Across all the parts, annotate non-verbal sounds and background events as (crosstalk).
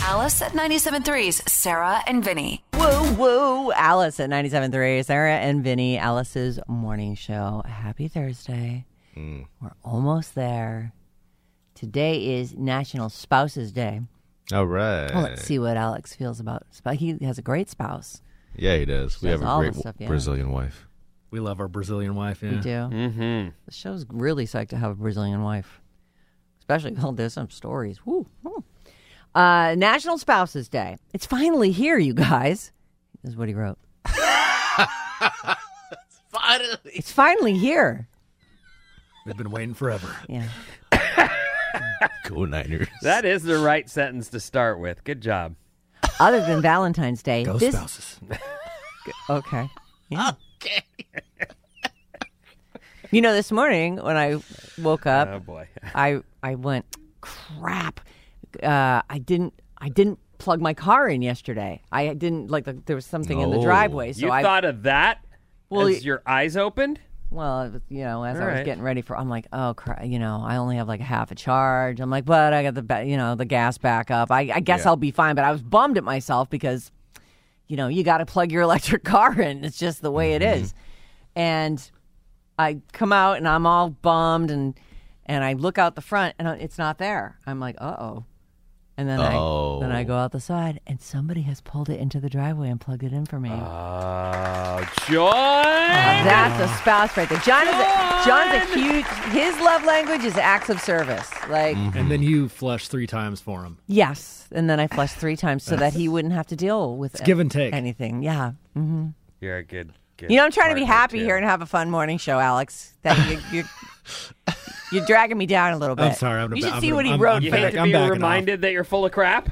Alice at 97.3's Sarah and Vinny. Whoa, whoa. Alice at 97.3, Sarah and Vinny, Alice's morning show. Happy Thursday. We're almost there. Today is National Spouses Day. All Oh, right. Well, let's see what Alex feels about. sp- He has a great spouse. Yeah, he does. We Does have a all great this stuff, yeah. Brazilian wife. We love our Brazilian wife. Yeah. We do. Mm-hmm. The show's really psyched to have a Brazilian wife, especially well, there's some stories. Woo. woo. Uh, National Spouses Day. It's finally here, you guys. Is what he wrote. finally. It's finally here. We've been (laughs) waiting forever. Yeah. Go (laughs) Niners. That is the right sentence to start with. Good job. Other than Valentine's Day, Go this spouses. okay. Okay. you know, this morning when I woke up, Oh boy. (laughs) I I went crap. Uh, I didn't I didn't plug my car in yesterday. I didn't like the, there was something in the Oh. driveway. So you I thought of that Well, as y- your eyes opened? well it was- you know as I was Alright. getting ready for I'm like oh crap you know I only have like a half a charge. I'm like but I got the ba- you know the gas back up. I, I guess I'll be fine. But I was bummed at myself because you know you got to plug your (laughs) electric car in. It's just the way it is. And I come out and I'm all bummed and and I look out the front and it's not there. I'm like, uh oh. And then I then I Oh. go out the side and somebody has pulled it into the driveway and plugged it in for me. Oh, joy. Uh-huh. Uh, That's a spouse right there. John is a, John's a John! huge. His love language is acts of service. Like and then you flush three times for him. yes, and then I flushed three times so that he wouldn't have to deal with it's give and take. anything. Yeah, You're a good, good you know I'm trying to be partner, happy too. here and have a fun morning show, Alex. That you, you're (laughs) you're dragging me down a little bit. I'm sorry. I'm you gonna- should I'm see gonna- what he I'm- wrote. I'm You for hate back- to I'm be backing off. reminded that you're full of crap?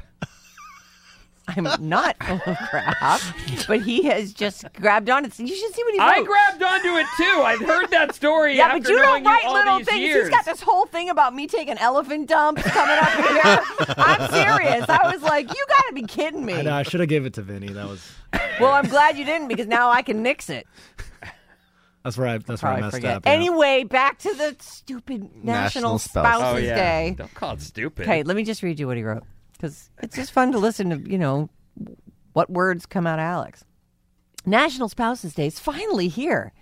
I'm not full of crap, but he has just grabbed on it. You should see what he wrote. I grabbed onto it too. I've heard that story. yeah, after but you knowing don't write all little these things. Years. He's got this whole thing about me taking elephant dumps coming up (laughs) here. I'm serious. I was like, you got to be kidding me. I know, I should have gave it to Vinny. That was Well, I'm glad you didn't because now I can nix it. that's where I that's where I Probably messed forget. up. yeah. Anyway, back to the stupid National, National Spouses. Spouses Oh yeah. Day. Don't call it stupid. Okay, let me just read you what he wrote because it's just fun to listen to, you know, what words come out of Alex. National Spouses Day is finally here.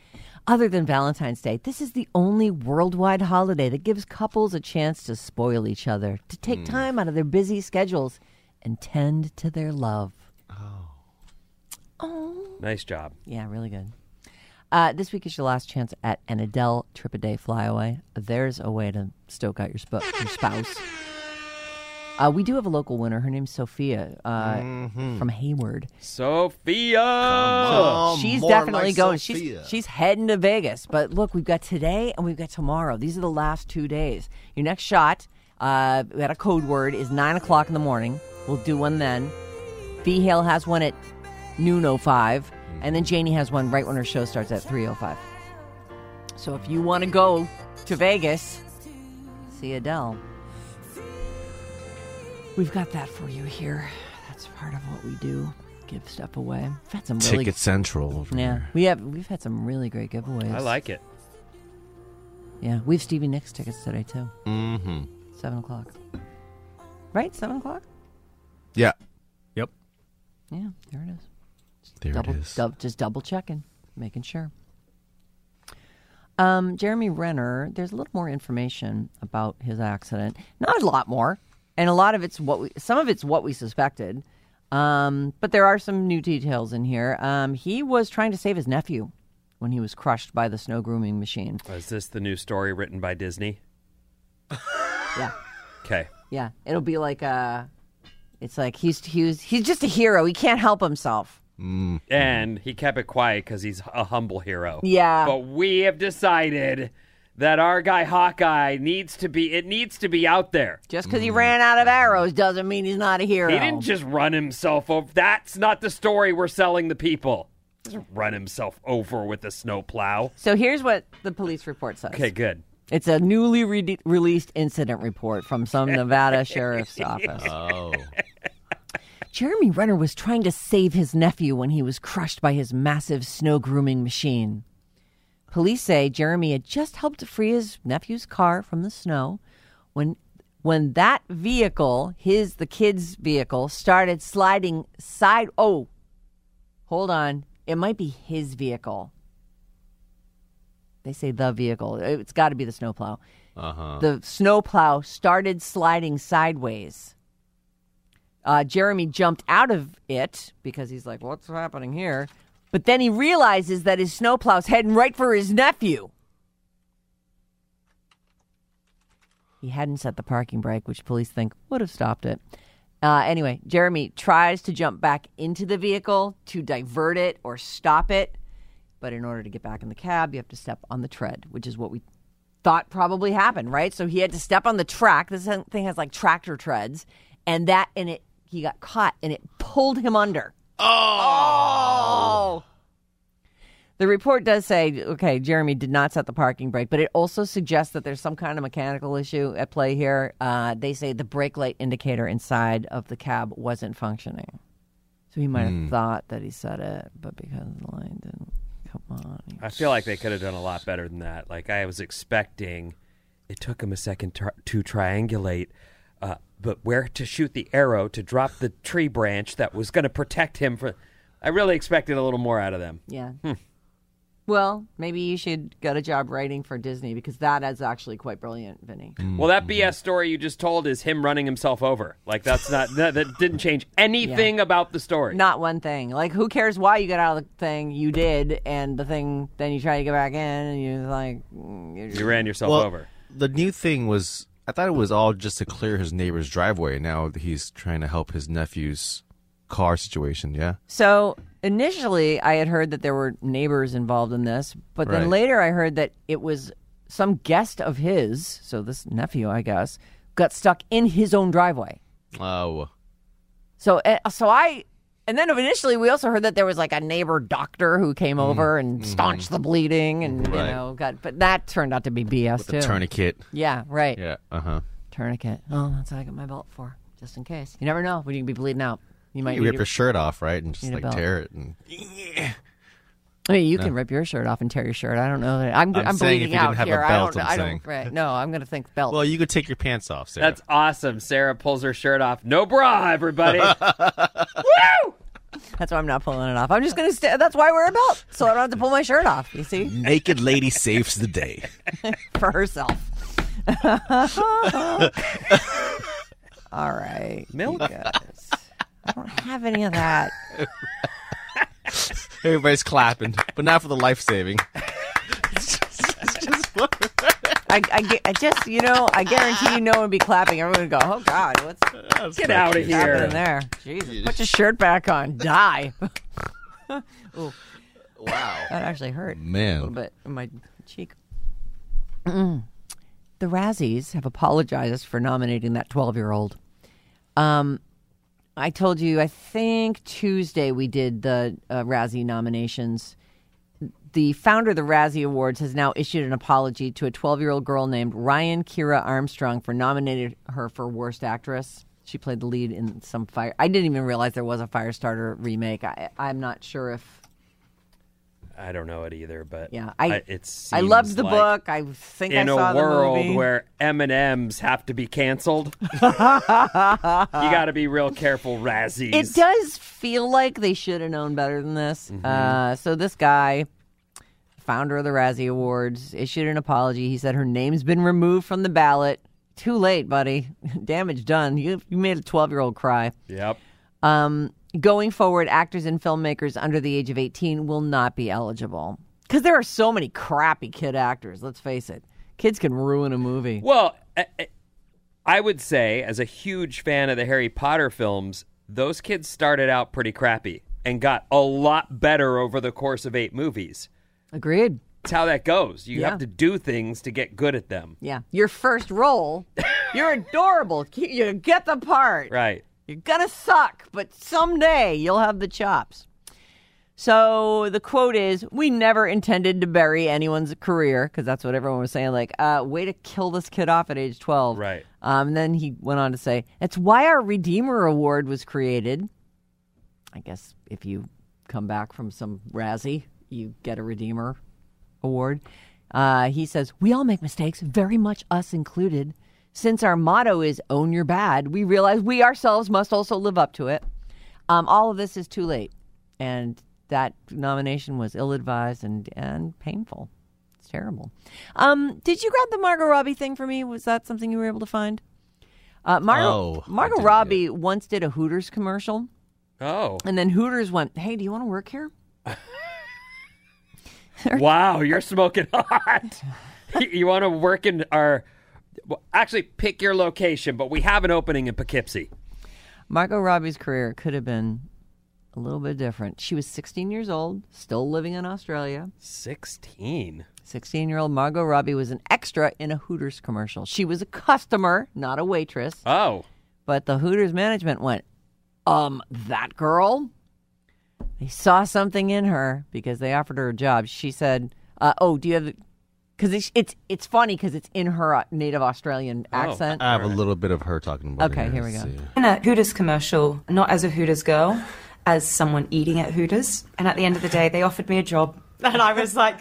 Other than Valentine's Day, this is the only worldwide holiday that gives couples a chance to spoil each other, to take time out of their busy schedules and tend to their love. Nice job. Yeah, really good. Uh, this week is your last chance at an Adele trip a day flyaway. There's a way to stoke out your, sp- your spouse. Uh, we do have a local winner. Her name's Sophia uh, from Hayward. Sophia. she's Oh, more definitely like going. Sophia. She's she's heading to Vegas. But look, we've got today and we've got tomorrow. These are the last two days. Your next shot uh, at a code word is nine o'clock in the morning. We'll do one then. V Hale has one at noon oh five, and then Janie has one right when her show starts at three oh five. So if you want to go to Vegas, see Adele. We've got that for you here. That's part of what we do. Give stuff away. We've had some really Ticket Central. over yeah, here. we have we've had some really great giveaways. I like it. Yeah, we have Stevie Nicks tickets today too. Mm-hmm. Seven o'clock. Right, seven o'clock. Yeah. Yep. Yeah, there it is. There double, it is. dub- just double checking, making sure. Um, Jeremy Renner, there's a little more information about his accident. Not a lot more, and a lot of it's what we, some of it's what we suspected. Um, but there are some new details in here. Um, he was trying to save his nephew when he was crushed by the snow grooming machine. Is this the new story written by Disney? Yeah. Okay. Yeah, it'll be like uh it's like he's he's he's just a hero. He can't help himself. And he kept it quiet because he's a humble hero. Yeah. But we have decided that our guy Hawkeye needs to be, it needs to be out there. Just because he ran out of arrows doesn't mean he's not a hero. Mm. He didn't just run himself over. That's not the story we're selling the people. He doesn't run himself over with a snowplow. so here's what the police report says. Okay, good. It's a newly re- released incident report from (laughs) some Nevada sheriff's office. Oh. Jeremy Renner was trying to save his nephew when he was crushed by his massive snow grooming machine. Police say Jeremy had just helped to free his nephew's car from the snow when when that vehicle, his the kid's vehicle, started sliding side. Oh, hold on, it might be his vehicle. They say the vehicle. It's got to be the snowplow. Uh-huh. The snowplow started sliding sideways. Uh, Jeremy jumped out of it because he's like, "What's happening here?" But then he realizes that his snowplow's heading right for his nephew. He hadn't set the parking brake, which police think would have stopped it. Uh, anyway, Jeremy tries to jump back into the vehicle to divert it or stop it. But in order to get back in the cab, you have to step on the tread, which is what we thought probably happened, right? So he had to step on the track. This thing has like tractor treads, and that and it he got caught and it pulled him under. Oh. The report does say, okay, Jeremy did not set the parking brake, but it also suggests that there's some kind of mechanical issue at play here. Uh, they say the brake light indicator inside of the cab wasn't functioning. So he might have thought that he set it, but because the light didn't come on. he- I feel like they could have done a lot better than that. Like I was expecting, it took him a second tr- to triangulate, uh, but where to shoot the arrow to drop the tree branch that was going to protect him from. I really expected a little more out of them. Yeah. Well, maybe you should get a job writing for Disney because that is actually quite brilliant, Vinny. Well, that BS story you just told is him running himself over. Like that's not that, that (laughs) didn't change anything about the story. Not one thing. Like, who cares why you got out of the thing? You did, and the thing, then you try to get back in, and you're like, mm, you're just- You ran yourself Well, over. (laughs) the new thing was I thought it was all just to clear his neighbor's driveway. Now he's trying to help his nephew's car situation. Yeah. So initially, I had heard that there were neighbors involved in this, but then Right. later I heard that it was some guest of his, so this nephew, I guess, got stuck in his own driveway. Oh. So, uh, so I, and then initially we also heard that there was like a neighbor doctor who came over and staunched the bleeding, and Mm-hmm. Right. you know, got, but that turned out to be BS too. Tourniquet. yeah, right. Yeah. Uh huh. Tourniquet. Oh, that's what I got my belt for, just in case. You never know when you can be bleeding out. You might You need rip to- your shirt off, right, and just Need a like belt. tear it. And I mean, you can rip your shirt off and tear your shirt. I don't know that I'm. I'm I'm, saying bleeding if you out didn't have a here. belt, I'm I don't. I saying. don't. Right. No, I'm going to think belt. well, you could take your pants off, Sarah. That's awesome. Sarah pulls her shirt off. No bra, everybody. that's why I'm not pulling it off. I'm just going to. St- that's why I wear a belt, so I don't have to pull my shirt off. You see, naked lady saves the day. for herself. (laughs) All right. Milk. Guys. I don't have any of that. (laughs) Everybody's clapping, but not for the life saving. I, I, gu- I just, you know, I guarantee you, no one would be clapping. Everyone would go, "Oh God, what's Get out of happening here. there?" Jesus, put your shirt back on. Die. (laughs) that Wow, actually hurt. little man. bit in my cheek. Mm. The Razzies have apologized for nominating that 12 year old. Um, I told you, I think Tuesday we did the uh, Razzie nominations. The founder of the Razzie Awards has now issued an apology to a 12 year old girl named Ryan Kira Armstrong for nominating her for Worst Actress. She played the lead in some fire. I didn't even realize there was a Firestarter remake. I, I'm not sure if I don't know it either, but yeah, I it's. I loved the book. I think in I saw a world the movie. where M and M's have to (laughs) be canceled. you got to be real careful, Razzies. it does feel like they should have known better than this. Mm-hmm. Uh, so this guy, founder of the Razzie Awards, issued an apology. He said her name's been removed from the ballot. Too late, buddy. (laughs) Damage done. You you made a twelve year old cry. Yep. Um, going forward, actors and filmmakers under the age of 18 will not be eligible because there are so many crappy kid actors. Let's face it, kids can ruin a movie. Well, I- I- I would say, as a huge fan of the Harry Potter films, those kids started out pretty crappy and got a lot better over the course of eight movies. Agreed. It's how that goes. You Yeah. have to do things to get good at them. Yeah. Your first role, you're adorable. You get the part. Right. You're going to suck, but someday you'll have the chops. So the quote is We never intended to bury anyone's career, because that's what everyone was saying. Like, uh, way to kill this kid off at age 12. Right. Um, and then he went on to say, That's why our Redeemer Award was created. I guess if you come back from some Razzie, you get a Redeemer Award. Uh, he says, We all make mistakes, very much us included. Since our motto is own your bad, we realize we ourselves must also live up to it. Um, all of this is too late. And that nomination was ill advised and, and painful. It's terrible. Um, did you grab the Margot Robbie thing for me? Was that something you were able to find? Uh, Margot, Oh, I Margot didn't, yeah. Robbie once did a Hooters commercial. Oh, And then Hooters went, "Hey, do you want to work here?" (laughs) wow, you're smoking (laughs) hot. you want to work in our. well, Actually, pick your location, but we have an opening in Poughkeepsie. Margot Robbie's career could have been a little bit different. She was 16 years old, still living in Australia. 16. 16-year-old Margot Robbie was an extra in a Hooters commercial. She was a customer, not a waitress, Oh, but the Hooters management went, "Um, that girl?" They saw something in her because they offered her a job. She said, uh, "Oh, do you have?" Because it's, it's it's funny because it's in her uh, native Australian accent. I have a little bit of her talking about. Okay, here we Let's go. see. in a Hooters commercial, not as a Hooters girl, as someone eating at Hooters. And at the end of the day, they offered me a job. And I was like,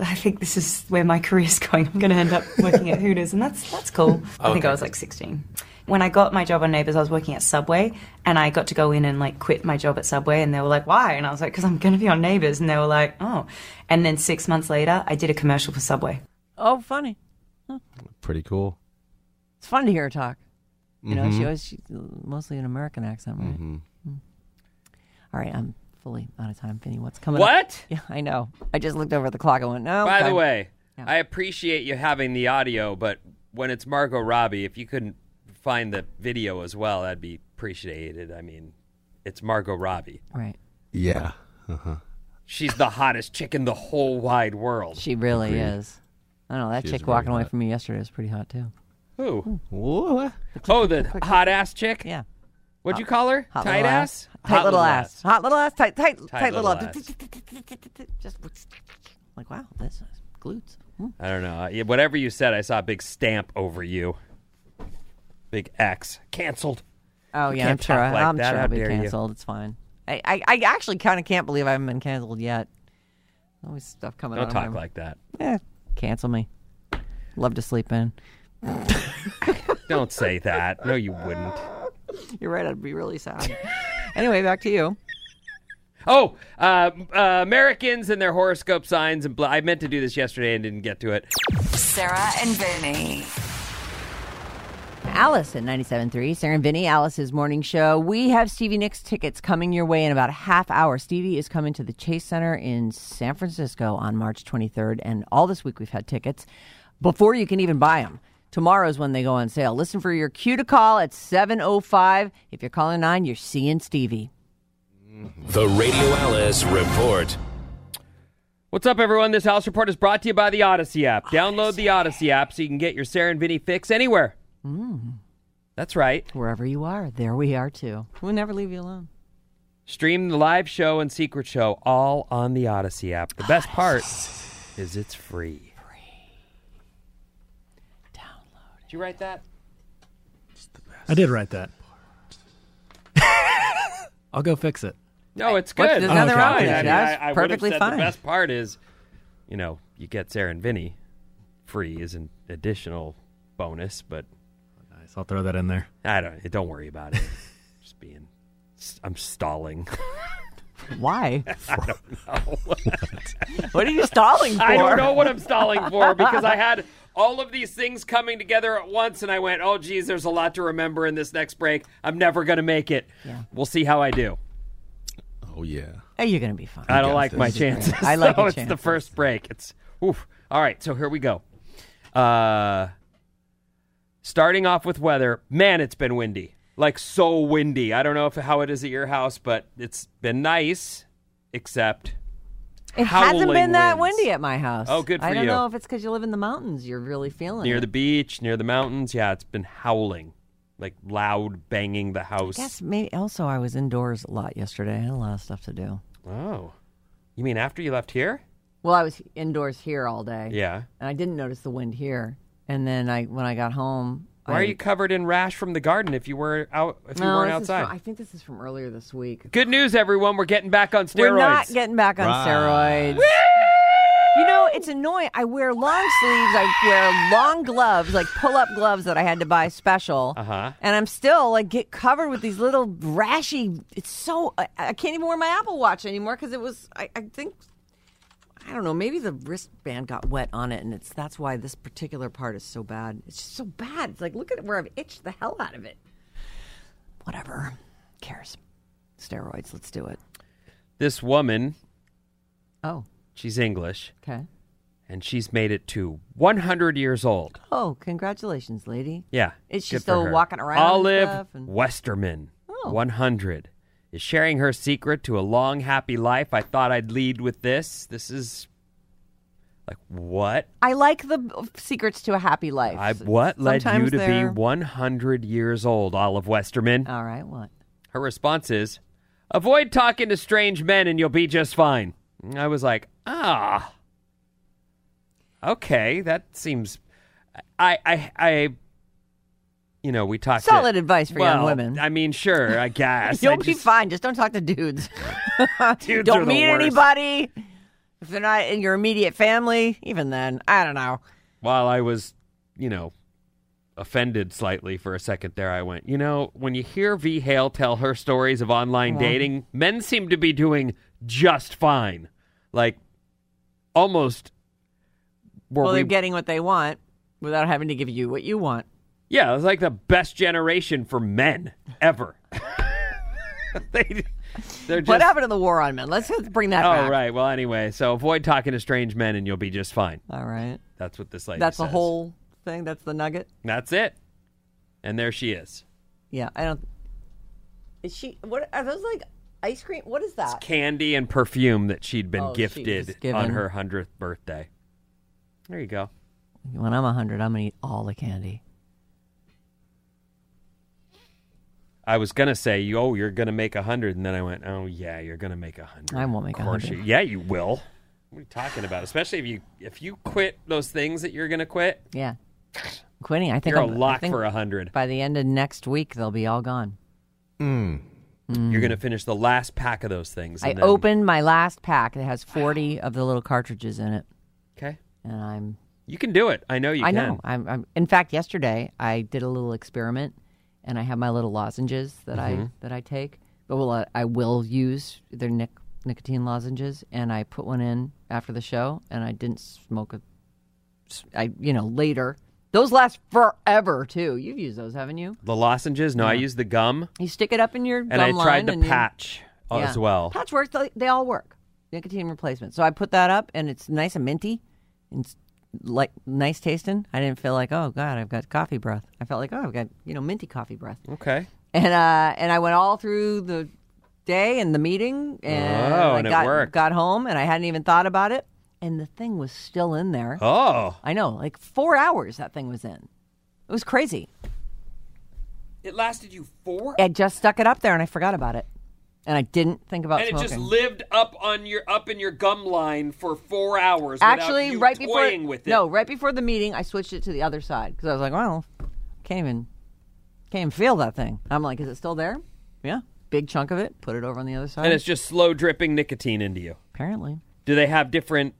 I think this is where my career's going. I'm going to end up working at Hooters. And that's, that's cool. I think I was like 16. When I got my job on Neighbours, I was working at Subway and I got to go in and like quit my job at Subway. And they were like, why? And I was like, because I'm going to be on Neighbours. And they were like, oh. And then six months later, I did a commercial for Subway. Oh, funny. Pretty cool. It's fun to hear her talk. You know, she always she's mostly an American accent, right? Mm. All right, I'm fully out of time, Finny. What's coming? up? what? (laughs) Yeah, I know. I just looked over at the clock and went, no. By the time. way, I appreciate you having the audio, but when it's Margot Robbie, if you couldn't find the video as well, that'd be appreciated. I mean, it's Margot Robbie. right? Yeah. She's the hottest chick in the whole wide world. She really is. I don't know that She is chick very walking away hot. from me yesterday was pretty hot too. Who? What? Oh, the hot ass chick? Yeah, What'd you call her? hot Tight little ass? tight little ass, hot little ass, tight, tight, tight, little, little ass. (laughs) Just like wow, that's nice. glutes. Mm. I don't know. Yeah, Whatever you said, I saw a big stamp over you. Big X. Canceled. Oh yeah, I'm can't sure. talk like I'm that. sure How I'll be dare you. canceled. It's fine. I, I, I actually kind of can't believe I haven't been canceled yet. Always stuff coming. Don't out talk of my- like that. Eh, cancel me. Love to sleep in. Don't say that. No, you wouldn't. You're right. I'd be really (laughs) sad. anyway, back to you. Oh, uh, uh, Americans and their horoscope signs. And blah. I meant to do this yesterday and didn't get to it. Sarah and Vinny. Alice at 97.3, Sarah and Vinny, Alice's morning show. We have Stevie Nicks tickets coming your way in about a half hour. Stevie is coming to the Chase Center in San Francisco on March 23rd, and all this week we've had tickets before you can even buy them. Tomorrow's when they go on sale. Listen for your cue to call at 7.05. If you're calling 9, you're seeing Stevie. The Radio Alice Report. What's up, everyone? This house report is brought to you by the Odyssey app. Download the Odyssey app so you can get your Sarah and Vinny fix anywhere. That's right. Wherever you are, there we are too. We'll never leave you alone. Stream the live show and secret show all on the Odyssey app. The best part is it's free. Free. Download. Did you write that? I did write that. (laughs) I'll go fix it. No, What's- it's good. there's It's nothing wrong fine. with it. I mean, That's I- I would've perfectly said fine. The best part is, you know, you get Sarah and Vinny. Free is an additional bonus, but Nice. I'll throw that in there. I don't. Don't worry about it. Just being. I'm stalling. Why? (laughs) (laughs) what are you stalling for? I don't know what I'm stalling for (laughs) because I had all of these things coming together at once, and I went, "Oh, geez, there's a lot to remember in this next break. I'm never gonna make it. We'll see how I do. Oh yeah. Hey, you're going to be fine. I don't got like my this. chances. I like (laughs) so your it's the chances. first break. It's oof. All right, so here we go. Uh, starting off with weather. Man, it's been windy. Like so windy. I don't know if how it is at your house, but it's been nice, except It hasn't howling been that winds. windy at my house. Oh, good I for don't you. know if it's because you live in the mountains. You're really feeling near it. the beach, near the mountains. Yeah, it's been howling, like loud banging the house. I guess maybe also I was indoors a lot yesterday. I had a lot of stuff to do. Oh, you mean after you left here? Well, I was indoors here all day. Yeah. And I didn't notice the wind here. And then I when I got home. Why I, are you covered in rash from the garden if you were out? If you No, weren't this is outside. From, I think this is from earlier this week. Good news, everyone. We're getting back on steroids. We're not getting back on Right. steroids. You know, it's annoying. I wear long sleeves. I wear long gloves, like pull-up gloves that I had to buy special. Uh-huh. And I'm still like get covered with these little rashy. It's so I, I can't even wear my Apple Watch anymore because it was. I, I think I don't know. Maybe the wristband got wet on it, and it's that's why this particular part is so bad. It's just so bad. It's like look at where I've itched the hell out of it. Whatever, Who cares. Steroids. Let's do it. This woman, Oh, she's English, okay. and she's made it to 100 years old. Oh, congratulations, lady. Yeah. Is she good for still her. walking around and Olive stuff and- Westerman, Oh. 100, is sharing her secret to a long, happy life. I thought I'd lead with this. This is like, what? I like the uh, secrets to a happy life. I, what led you Sometimes to they're- Oh. be 100 years old, Olive Westerman? All right, what? Her response is, avoid talking to strange men and you'll be just fine. And I was like, ah, okay, that seems. I, I, I, you know, we talked. to- Solid advice for young Well, women. I mean, sure, I (laughs) guess. You'll I be just- fine. Just don't talk to dudes. (laughs) (laughs) Dudes are don't the meet worst. anybody. If they're not in your immediate family, even then, I don't know. While I was, you know, offended slightly for a second there, I went, you know, when you hear V. Hale tell her stories of online dating, men seem to be doing just fine. Like, almost. Were well, we they're getting what they want without having to give you what you want. Yeah, it was like the best generation for men ever. (laughs) they, they're just. what happened to the war on men? Let's let's bring that Oh, back. right. Well, anyway, so avoid talking to strange men and you'll be just fine. All right. That's what this lady That's the says. whole thing. That's the nugget. That's it. And there she is. Yeah, I don't. Is she? What are those like? Ice cream? What is that? Candy and perfume that she'd been Oh, she was gifted given. on her 100th birthday. There you go. When I'm 100, I'm gonna eat all the candy. I was going to say, oh, you're going to make a 100. And then I went, oh, yeah, you're going to make a 100. I won't make Of course 100. you- yeah, you will. What are you talking about? Especially if you if you quit those things that you're going to quit, Yeah, quitting. I think you're a I'm, I lock think for a 100. By the end of next week, they'll be all gone. Hmm. You're going to finish the last pack of those things. Mm. I and then- opened my last pack that has 40 of the little cartridges in it, Okay. and I'm You can do it. I know you I can. know. I'm, I'm in fact yesterday I did a little experiment, and I have my little lozenges that Mm-hmm. I that I take, but will uh, I, I will use their nic- nicotine lozenges, and I put one in after the show, and I didn't smoke a, s- I you know later. Those last forever too. You've used those, haven't you? The lozenges? No, I use the gum You stick it up in your and I gum line tried the and you- patch Uh, as yeah. well. Patch works. They, they all work. Nicotine replacement. So I put that up, and it's nice and minty, and it's like nice tasting. I didn't feel like oh god, I've got coffee breath. I felt like oh I've got you know minty coffee breath. Okay. And uh, and I went all through the day and the meeting, and Oh, I and it got worked. got home, and I hadn't even thought about it, and the thing was still in there. Oh. I know, like four hours that thing was in. It was crazy. It lasted you four? I just stuck it up there, and I forgot about it, and I didn't think about and it smoking. just lived up on your up in your gum line for four hours. without actually you right before toying with it. no right before the meeting i switched it to the other side because i was like well can't even can't even feel that thing i'm like is it still there yeah big chunk of it put it over on the other side and it's just slow dripping nicotine into you. apparently Do they have different?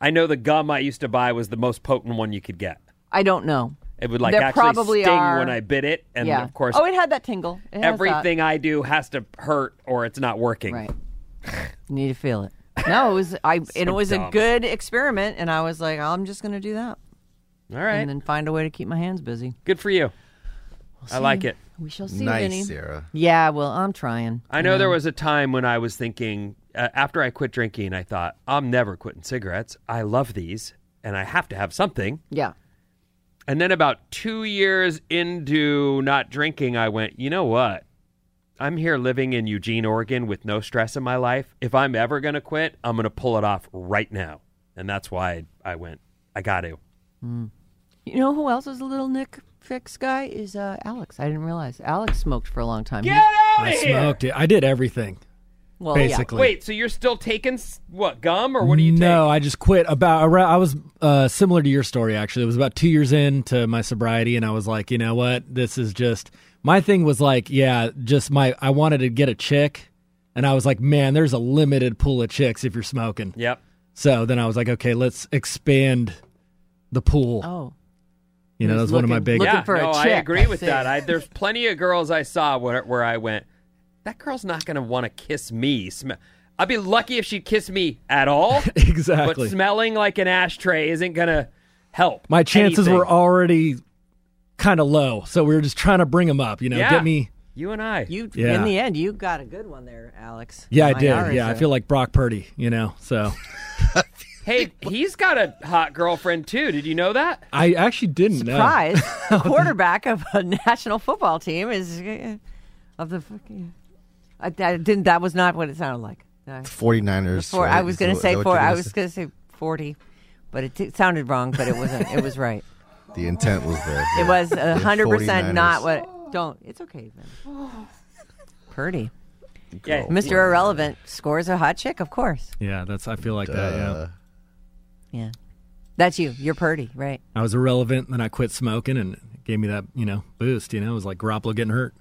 I know the gum I used to buy was the most potent one you could get. i don't know It would like There actually probably sting are- when I bit it, and yeah of course, oh it had that tingle It has that. everything I do has to hurt or it's not working. right need to feel it (laughs) no it was i and it was a dumb. good experiment and i was like i'm just gonna do that All right, and then find a way to keep my hands busy good for you. I like it. we shall see Vinny. Nice, Sarah. yeah well i'm trying I know there was a time when I was thinking uh, after I quit drinking, I thought I'm never quitting cigarettes. I love these, and I have to have something. yeah And then about two years into not drinking, I went, you know what? I'm here living in Eugene, Oregon with no stress in my life. If I'm ever going to quit, I'm going to pull it off right now. And that's why I went, I got to. You know who else is a little Nick fix guy? Is uh, Alex. I didn't realize Alex smoked for a long time. He- out I smoked it. I did everything. well, basically. Wait, so you're still taking s- what, gum or what do you no, I just quit about around. I was uh, similar to your story actually. It was about two years into my sobriety, and I was like, you know what, this is just my thing. Was like, yeah, just my. I wanted to get a chick, and I was like, man, there's a limited pool of chicks if you're smoking. take? Yep. So then I was like, okay, let's expand the pool. Oh, you know, he that was was one of my looking- big. looking yeah, for a no, I chick, agree with I that. I, there's plenty of girls I saw where, where I went, that girl's not going to want to kiss me. Sm- I'd be lucky if she'd kiss me (laughs) at all, (laughs) exactly. but smelling like an ashtray isn't going to help. my chances anything. were already kind of low, so we were just trying to bring them up. You know, Yeah. get me. You and I. you Yeah. in the end, you got a good one there, Alex. Yeah, I My did. hours Yeah, I are- feel like Brock Purdy. You know, so hey, he's got a hot girlfriend too. Did you know that? I actually didn't know. surprise (laughs) quarterback of a national football team is uh, of the fucking. I, I didn't. That was not what it sounded like. No. 49ers. Four. right? I was Is going that- to is say that what four. you're I gonna was say? going to say forty, but it, it sounded wrong. But it wasn't. It was right. The intent was there. (laughs) It yeah. (laughs) was The hundred percent not 49ers. what. Don't. It's okay. Man. Purdy, Yeah, Mr. Irrelevant scores a hot chick, of course. Yeah, that's. I feel like that. (laughs) Yeah, Uh, Yeah, that's you. You're Purdy, right? I was irrelevant, then I quit smoking, and it gave me that you know boost. You know, it was like Garoppolo getting hurt.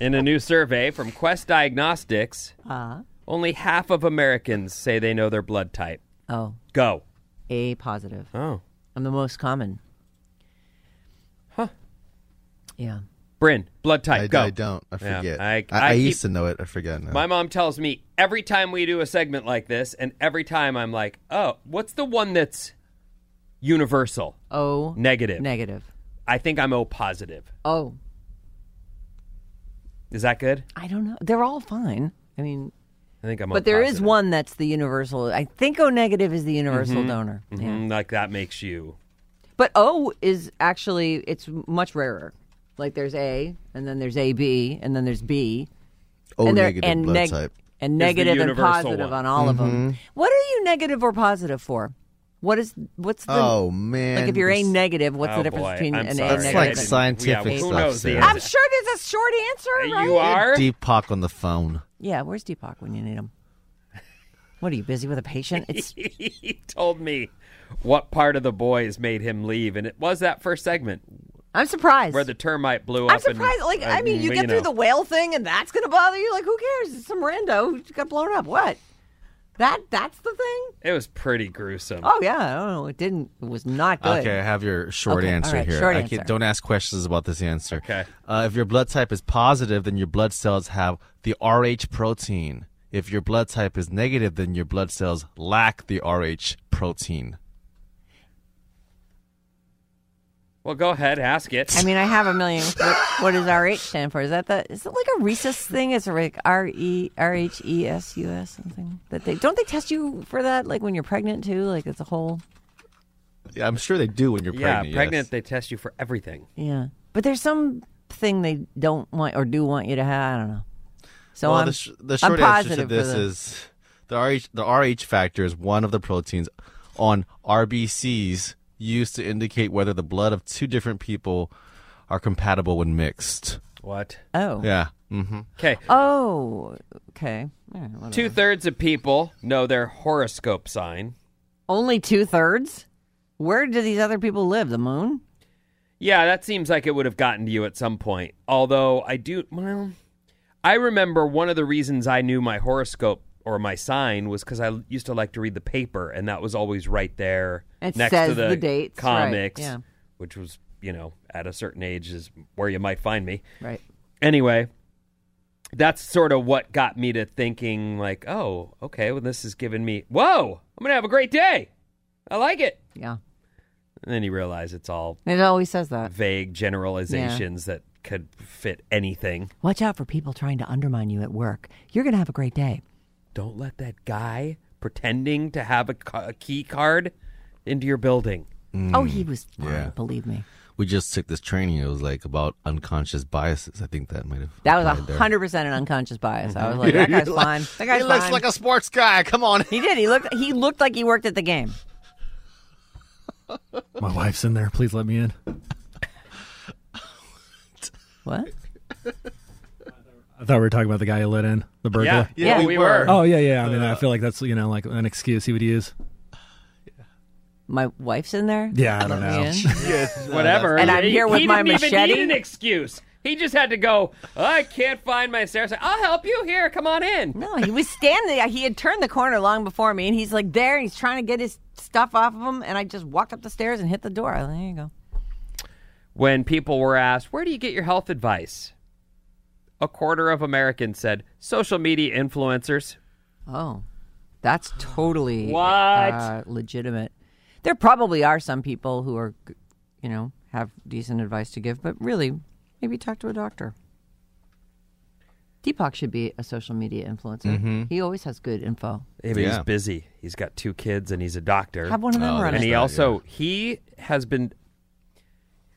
In a new survey from Quest Diagnostics, Uh-huh. only half of Americans say they know their blood type. Oh, Go. A positive. Oh. I'm the most common. Huh? Yeah. Bryn, blood type. I, go. I don't. I Yeah, forget. I- I, I I used keep- to know it. I forget now. My mom tells me every time we do a segment like this, and every time I'm like, oh, what's the one that's universal? O Negative. negative. I think I'm O positive. Oh, Is that good? I don't know. They're all fine. I mean, I think I'm O but there is positive. one that's the universal. I think O negative is the universal donor. Yeah. Mm, like that makes you. But O is actually it's much rarer. Like there's A, and then there's AB, and then there's B, oh, and there negative and blood neg- type. Mm-hmm. and negative and universal positive on one. all of them. What are you negative or positive for? What is what's the oh man. like if you're A this- negative, what's Oh, the difference boy. between I'm an sorry. A That's negative? like and- scientific yeah, who stuff, knows the Sarah. I'm answer? sure there's a short answer, right? You are? Deepak on the phone. Yeah, where's Deepak when you need him? What are you busy with a patient? It's (laughs) he told me what part of the boys made him leave, and it was that first segment I'm surprised. where the termite blew I'm up. and- uh, surprised. Like, I mean, you get know. through the whale thing, and that's gonna bother you. Like, who cares? It's some rando who got blown up. What? That that's the thing. It was pretty gruesome. Oh yeah, I don't know. It didn't. It was not good. Okay, I have your short Okay, all answer right, here. short I answer. Can't, don't ask questions about this answer. Okay. Uh, if your blood type is positive, then your blood cells have the Rh protein. If your blood type is negative, then your blood cells lack the Rh protein. Well, go ahead, ask it. I mean, I have a million. What, what does RH stand for? Is that the? Is it like a rhesus thing? Is it like R E R H E S U S something? That they don't they test you for that? Like when you're pregnant too? Like it's a whole Yeah, I'm sure they do when you're yeah, pregnant. yes. They test you for everything. yeah. But there's some thing they don't want or do want you to have. I don't know. So well, I'm the, sh- the I'm short answer to positive for this the- is the Rh the Rh factor is one of the proteins on RBCs used to indicate whether the blood of two different people are compatible when mixed. What? oh Yeah. Mm-hmm. Okay. oh okay. All right, whatever. Two thirds of people know their horoscope sign. Only two thirds. Where do these other people live? The moon? Yeah, that seems like it would have gotten to you at some point. Although I do, well, I remember one of the reasons I knew my horoscope or my sign was because I l- used to like to read the paper, and that was always right there It next to says the, the dates, right, comics, yeah. which was you know at a certain age is where you might find me. Right. anyway, that's sort of what got me to thinking like, oh, okay, well this has given me whoa, I'm gonna have a great day. I like it. Yeah. And then you realize it's all It always says that. vague generalizations that could fit anything. Watch out for people trying to undermine you at work. You're going to have a great day. Don't let that guy pretending to have a, ca- a key card into your building. oh, he was fine, yeah. believe me. We just took this training. It was like about unconscious biases. I think that might have. That was applied there. 100% an unconscious bias. I was like, that guy's fine. That guy's He looks fine. like a sports guy. Come on. he did. He looked he looked like he worked at the game. My wife's in there. Please let me in. What? I thought we were talking about the guy who let in the burglar. Yeah, Yeah, Uh, we, we were. Oh yeah, yeah. I mean, I feel like that's you know like an excuse he would use. My wife's in there? Yeah, I don't Let me (laughs) know. in? Oh, Whatever. And I'm He- here with he my didn't even machete? need an excuse. He just had to go. I can't find my Sarah. I'll help you here. Come on in. No, he was standing there. He had turned the corner long before me, and he's like there, and he's trying to get his stuff off of him. And I just walked up the stairs and hit the door. There you go. When people were asked, "Where do you get your health advice?" A quarter of Americans said, "Social media influencers." Oh, that's totally What? uh, legitimate. There probably are some people who are, you know, have decent advice to give, but really, maybe talk to a doctor. Deepak should be a social media influencer. Mm-hmm. He always has good info. Maybe he's Yeah. busy. He's got two kids and he's a doctor. Have one of them Oh, run and it. he also he has been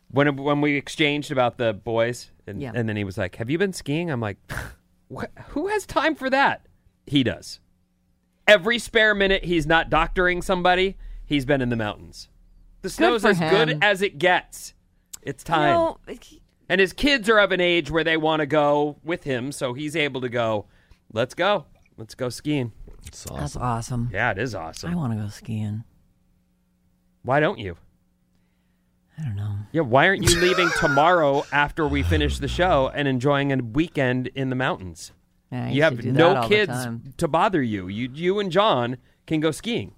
when when we exchanged about the boys and Yeah. and then he was like, "Have you been skiing?" I'm like, (laughs) "What- "Who has time for that?" He does. Every spare minute he's not doctoring somebody, he's been in the mountains. The snow's for as good him. as it gets. It's You time. know, And his kids are of an age where they want to go with him, so he's able to go, "Let's go. Let's go skiing." It's that's awesome. awesome. Yeah, it is I awesome. want to go skiing. Why don't you? I don't know. Yeah, why aren't you (laughs) leaving tomorrow after we finish the show and enjoying a weekend in the mountains? Yeah, I you used have to do that no all the kids time. to bother you. You you and John can go skiing.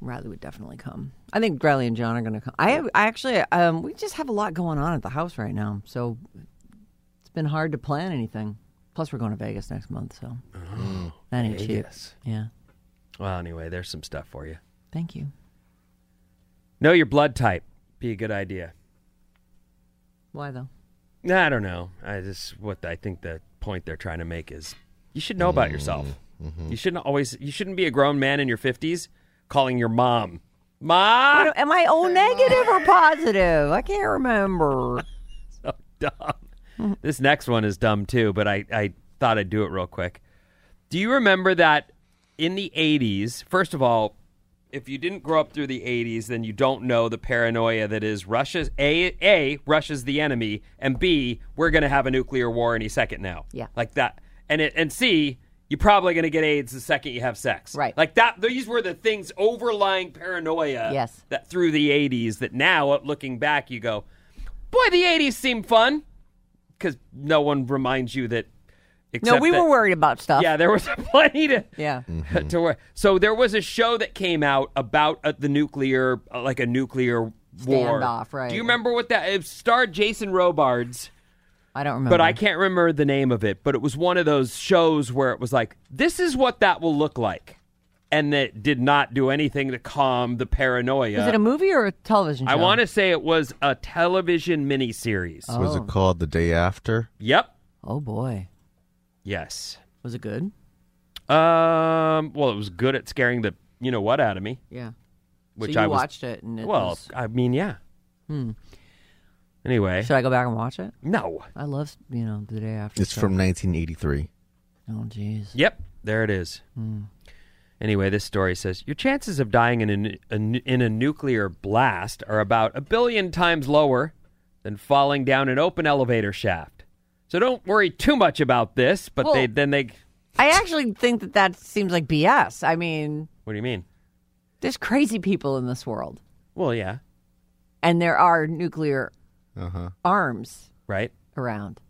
Riley would definitely come. I think Riley and John are going to come. I, I actually, um, we just have a lot going on at the house right now, so it's been hard to plan anything. Plus, we're going to Vegas next month, so Oh, that ain't cheap. Yeah, Well, anyway, there's some stuff for you. thank you. Know your blood type. Be a good idea. Why though? Nah, I don't know. I just what I think the point they're trying to make is you should know about yourself. You shouldn't always you shouldn't be a grown man in your 50s calling your mom. Ma, Am I O negative or positive? I can't remember. so dumb. this next one is dumb too, but I, I thought I'd do it real quick. Do you remember that in the 80s? First of all, if you didn't grow up through the 80s, then you don't know the paranoia that is Russia's A, A Russia's the enemy, and B, we're going to have a nuclear war any second now. Yeah. Like that. And, it, and C, you're probably going to get AIDS the second you have sex. Right. Like that. These were the things overlying paranoia Yes. Uh, that through the 80s that now looking back you go boy the 80s seemed fun because no one reminds you that No, except we that- were Mm-hmm. worried about stuff. (laughs) yeah Mm. there was plenty to Yeah. to wor- so there was a show that came out about uh, the nuclear uh, like a nuclear war Standoff, right. do you remember what that it starred jason robards I don't remember. but I can't remember the name of it. But it was one of those shows where it was like, this is what that will look like. And that did not do anything to calm the paranoia. Is it a movie or a television show? uh, I want to say it was a television miniseries. Was it called The Day After? Yep. Oh boy, Yes. was it good? Um. Well, it was good at scaring the you know what out of me, Yeah. which so you I was. watched it, and it well, was- Hmm. I mean, yeah. Anyway, should I go back and watch it? no. I love you know the day after. It's stuff. from 1983. Oh jeez. Yep, there it is. Hmm. Anyway, this story says your chances of dying in a, nu- a nu- in a nuclear blast are about a billion times lower than falling down an open elevator shaft. So don't worry too much about this. But they Well- then they. I actually think that that seems like BS. I mean, What do you mean? there's crazy people in this world, Well, yeah, and there are nuclear Uh-huh. arms right. around.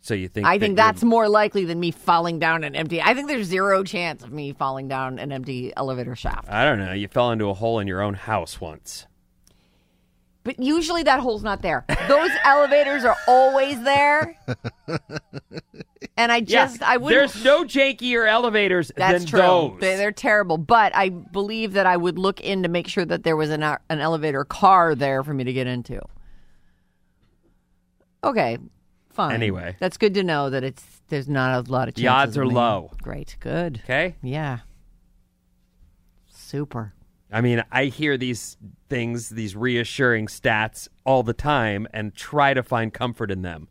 So you think? I think that you're- that's more likely than me falling down an empty. I think there's zero chance of me falling down an empty elevator shaft. I don't know. You fell into a hole in your own house once. But usually that hole's not there. Those (laughs) elevators are always (laughs) there. And I just, I wouldn't. There's no jankier elevators That's than true. those. They, they're terrible, but I believe that I would look in to make sure that there was an uh, an elevator car there for me to get into. Okay, fine. Anyway. that's good to know that it's there's not a lot of chances. The odds of are me- low. Great, good. okay. Yeah, super. I mean, I hear these things, these reassuring stats all the time and try to find comfort in them.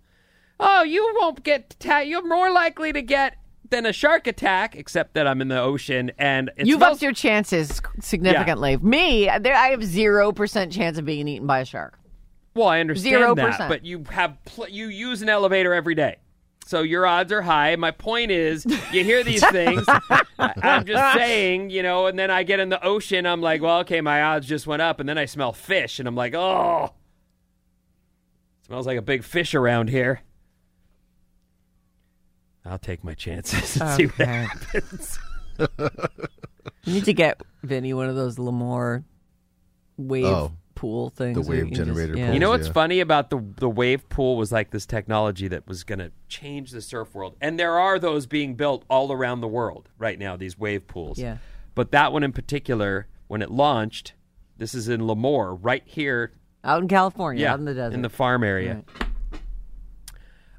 Oh, you won't get attacked. You're more likely to get than a shark attack, except that I'm in the ocean and it's You've most- upped your chances significantly. Me, there, I have zero percent chance of being eaten by a shark. Well, I understand Zero that, percent. but you have pl- you use an elevator every day. So your odds are high. My point is, you (laughs) hear these things. I- I'm just saying, you know, and then I get in the ocean. I'm like, well, okay, my odds just went up, and then I smell fish, and I'm like, oh, it's Smells like a big fish around here. I'll take my chances and see what Okay. happens. (laughs) You need to get Vinny one of those Lamore wave Oh. pool things. The where you wave can just- generator yeah. pool. You know Pools, what's yeah. funny about the the wave pool was like this technology that was going to change the surf world, and there are those being built all around the world right now. These wave pools, Yeah. But that one in particular, when it launched, this is in Lemoore, right here Out in California, out in the desert. farm area.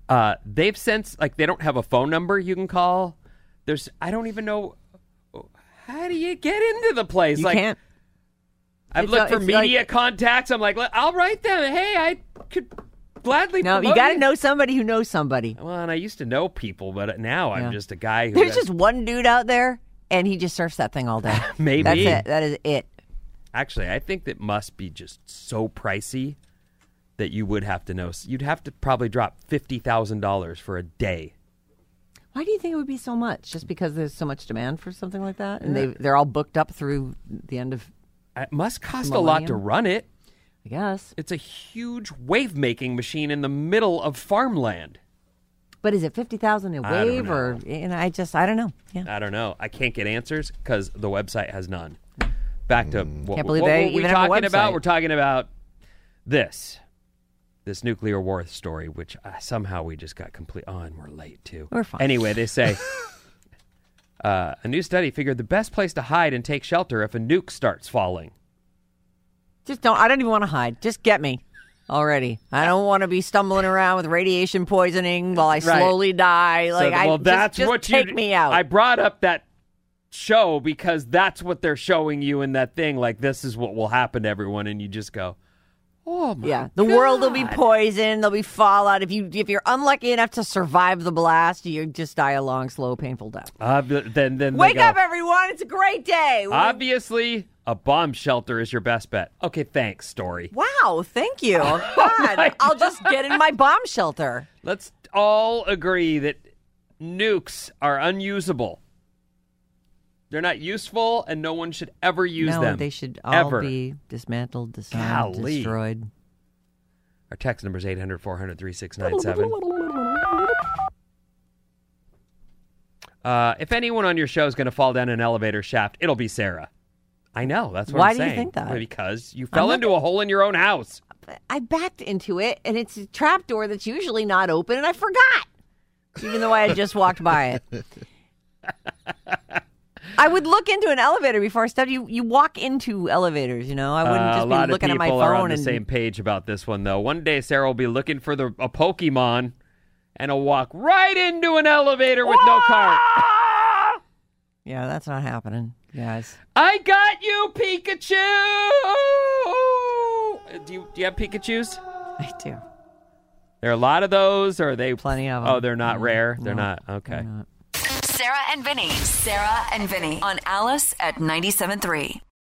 Uh, they've since like they don't have a phone number you can call. There's I don't even know how do you get into the place. you like can't. I've it's looked a- for it's like- media contacts. I'm like, "Let- I'll write them. Hey, I could gladly. No, you promote got to know somebody who knows somebody. Well, and I used to know people, but now Yeah. I'm just a guy who There's does- just one dude out there, and he just surfs that thing all day. (laughs) Maybe. that's it. That is it. Actually, I think that must be just so pricey that you would have to know. You'd have to probably drop fifty thousand dollars for a day. Why do you think it would be so much? Just because there's so much demand for something like that, and they they're all booked up through the end of, Uh, It must cost a lot to Millennium. run it. I guess. It's a huge wave making machine in the middle of farmland. But is it fifty thousand a I don't wave or? And I just I don't know. Yeah, I don't know. I can't get answers because the website has none. Back to what, Can't believe what they were we even have a talking about? website. We're talking about this. This nuclear war story, which uh, somehow we just got complete. Oh, and we're late too. We're fine. Anyway, (laughs) they say uh, a new study figured the best place to hide and take shelter if a nuke starts falling. just don't. I don't even want to hide. Just get me already. I don't want to be stumbling around with radiation poisoning while I slowly die. So Like the- I well, just- that's just what take you, me out. I brought up that show because that's what they're showing you in that thing. Like this is what will happen to everyone, and you just go, "Oh my!" Yeah, the world will be poisoned. There'll be fallout. If you if you're unlucky enough to survive the blast, you just die a long, slow, painful death. Ob- then, then they Wake go, up, everyone! It's a great day. We- Obviously, a bomb shelter is your best bet. Okay, thanks, story. wow, thank (laughs) you. Oh, God, I'll just get in my bomb shelter. Let's all agree that nukes are unusable. They're not useful, and no one should ever use no, them. they should all ever. be dismantled, disarmed, Golly. destroyed. Our text number is 800 400 3697. Uh, if anyone on your show is going to fall down an elevator shaft, it'll be Sarah. I know. That's what Why I'm do you saying. think that? Because you fell into a hole in your own house. I backed into it, and it's a trap door that's usually not open, and I forgot, even though I had just walked by (laughs) it. I would look into an elevator before I stepped. You you walk into elevators, you know. I wouldn't Uh, just a be lot looking of at people my are on phone the and same page about this one, though. One day, Sarah will be looking for the a Pokemon, and will walk right into an elevator with no cart. yeah, that's not happening, guys. I got you, Pikachu. Uh, Do you do you have Pikachu's? I do. There are a lot of those, or are they Plenty of Oh, them. they're not Yeah. rare. They're No, not okay. not. Sarah and Vinny. Sarah and Vinny on Alice at 97.3.